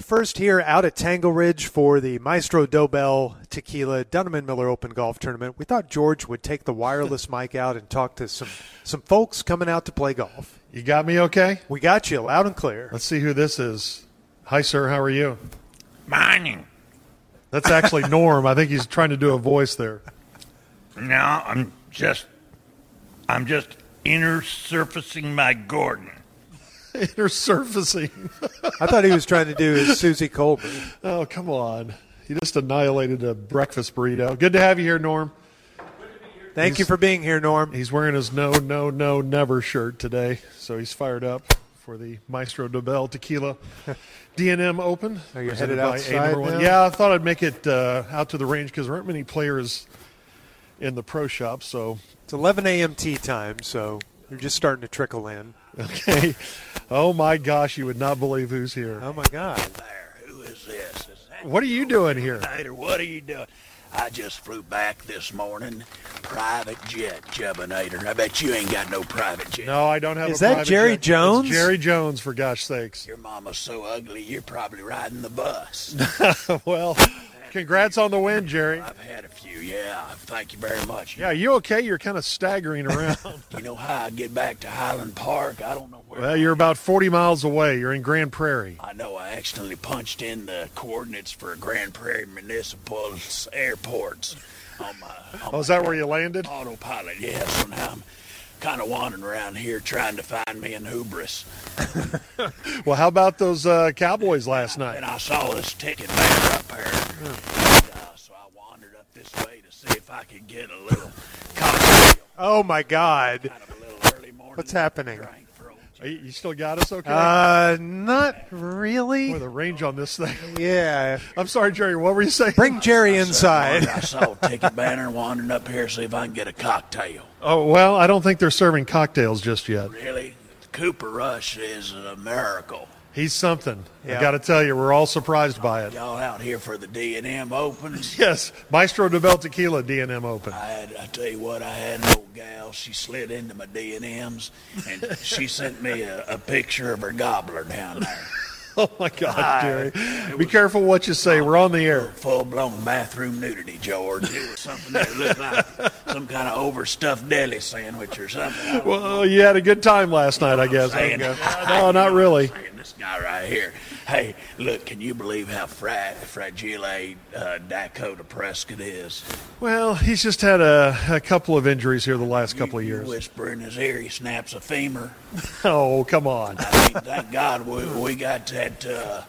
first here out at Tangle Ridge for the Maestro Dobell Tequila Dunham Miller Open Golf Tournament. We thought George would take the wireless mic out and talk to some some folks coming out to play golf. You got me okay? We got you loud and clear. Let's see who this is. Hi, sir. How are you? Mining. That's actually Norm. I think he's trying to do a voice there. No, I'm just, I'm just inner surfacing my Gordon. Intersurfacing. I thought he was trying to do his Susie Colbert. Oh, come on. He just annihilated a breakfast burrito. Good to have you here, Norm. Thank you for being here, Norm. He's wearing his no, no, no, never shirt today, so he's fired up for the Maestro Dobel Tequila DNM Open. Are you headed Presented by A outside Number One. now? Yeah, I thought I'd make it uh, out to the range because there aren't many players in the pro shop. So, It's 11 a.m. tea time, so you're just starting to trickle in. okay. Oh my gosh, you would not believe who's here. Oh my God! There, who is this? Is that What are you doing here? Nader? What are you doing? I just flew back this morning, private jet, Jubbinator. I bet you ain't got no private jet. No, I don't have. Is a that private Jerry jet. It's Jones? Jerry Jones, for gosh sakes. Your mama's so ugly, you're probably riding the bus. well, congrats on the win, Jerry. I've had a few, yeah. Thank you very much. Yeah, you okay? You're kind of staggering around. You know how I get back to Highland Park? I don't know where. well, you're about 40 miles away. You're in Grand Prairie. I know I accidentally punched in the coordinates for Grand Prairie Municipal Airports on my, on Oh, is that where you landed? my autopilot. Yeah, so now I'm kind of wandering around here trying to find me an hubris. Well, how about those uh, Cowboys last And night? I saw this ticket man up here. Uh, so I wandered up this way to see if I could get a little cocktail Oh my God! out of a little early morning. What's happening? Drink for old Are You you still got us okay? Uh, not Boy, really. the range on this thing. Yeah. I'm sorry, Jerry. What were you saying? Bring Jerry inside. I saw a ticket banner wandering up here, see if I can get a cocktail. Oh, well, I don't think they're serving cocktails just yet. Really? Cooper Rush is a miracle. He's something. Yeah. I got to tell you, we're all surprised by it. Y'all out here for the D&M Opens. Yes, Maestro Devel Tequila D&M Open. I had, I tell you what, I had an old gal. She slid into my D&Ms, and she sent me a, a picture of her gobbler down there. Oh my God, Jerry! Be careful what you say. We're on the air. Full-blown bathroom nudity, George. It was something that looked like some kind of overstuffed deli sandwich or something. Well, you had a good time last night, I guess. Saying- No, not really. Saying This guy right here. Hey, look, can you believe how fra- fragile a uh, Dakota Prescott is? Well, he's just had a, a couple of injuries here the last couple of You years. whisper in his ear, he snaps a femur. Oh, come on. I mean, thank God we, we got that. Uh,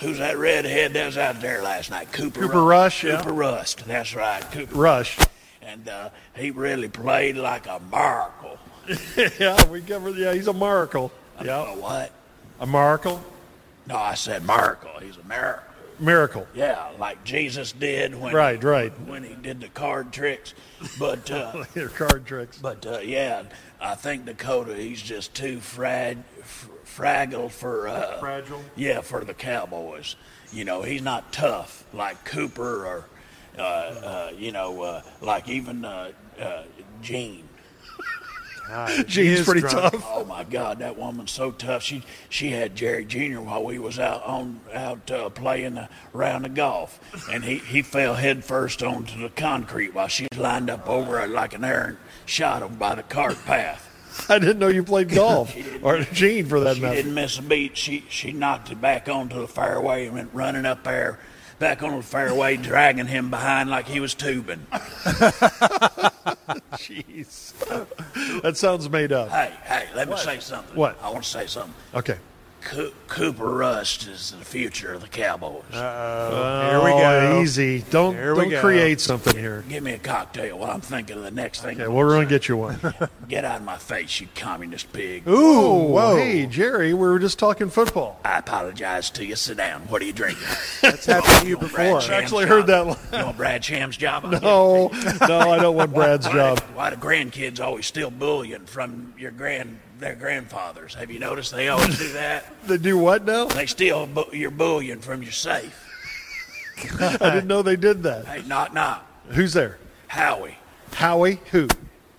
who's that redhead that was out there last night? Cooper, Cooper Rush, yeah. Cooper Rust. That's right, Cooper. Rush. And uh, he really played like a miracle. Yeah, we covered. Yeah, he's a miracle. A Yeah, what? a miracle. No, I said miracle. He's a miracle. Miracle. Yeah, like Jesus did when Right, right. when he did the card tricks. But uh, Your card tricks. But uh, yeah, I think Dakota. He's just too frag, f- fragile for uh, Fragile? Yeah, for the Cowboys. You know, he's not tough like Cooper or, uh, uh, you know, uh, like even uh, uh, Gene. God, he Gene's is pretty drunk. tough. Oh my God, that woman's so tough. She she had Jerry Jr. while we was out on out uh, playing a round of golf, and he he fell headfirst onto the concrete while she lined up over it like an errant shot him by the cart path. I didn't know you played golf, or Gene for that She matter. didn't miss a beat. She she knocked it back onto the fairway and went running up there, back onto the fairway, dragging him behind like he was tubing. Jeez, that sounds made up. Hey, hey, let me say something. What? I want to say something. Okay. Co- Cooper Rust is the future of the Cowboys. Here we Oh, go. Easy. Don't Here we don't go. create something here. Give me a cocktail while I'm thinking of the next thing. Okay, well, we're gonna get you one. Get out of my face, you communist pig. Ooh, Oh, whoa! hey, Jerry, we were just talking football. I apologize to you. Sit down. What are you drinking? That's happened to you before. I actually heard that line. You want Brad Sham's job? I'll give Oh, no, I don't want Brad's job. Why do grandkids always steal bullion from your grand their grandfathers? Have you noticed they always do that? They do what now? They steal bu- your bullion from your safe. I didn't know they did that. Hey, knock knock. Who's there? Howie, Howie? Who?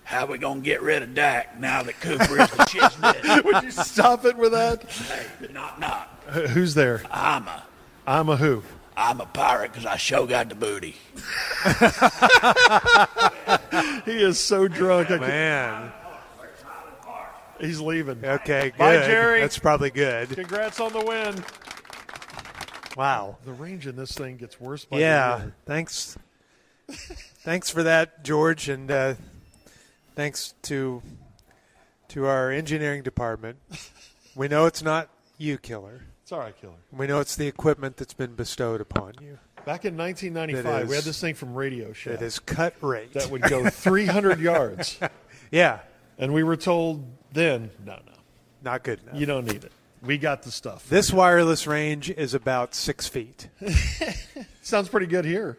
how we gonna get rid of Dak now that Cooper is the chismet? Would you stop it with that? hey, knock knock. Who's there? I'm a. I'm a who. I'm a pirate because I sure got the booty. He is so drunk. I can, Man. he's leaving. Okay, good. Bye, Jerry. That's probably good. Congrats on the win. Wow. The range in this thing gets worse by the Yeah. year. Thanks. thanks for that, George, and uh, thanks to to our engineering department. We know it's not you, killer. It's all right, killer. We know it's the equipment that's been bestowed upon you. Back in That 1995, is- we had this thing from Radio Shack It is cut rate. that would go 300 yards, yeah. and we were told then, no, no, Not good enough. you don't need it. We got the stuff. This wireless range is about six feet. Sounds pretty good here.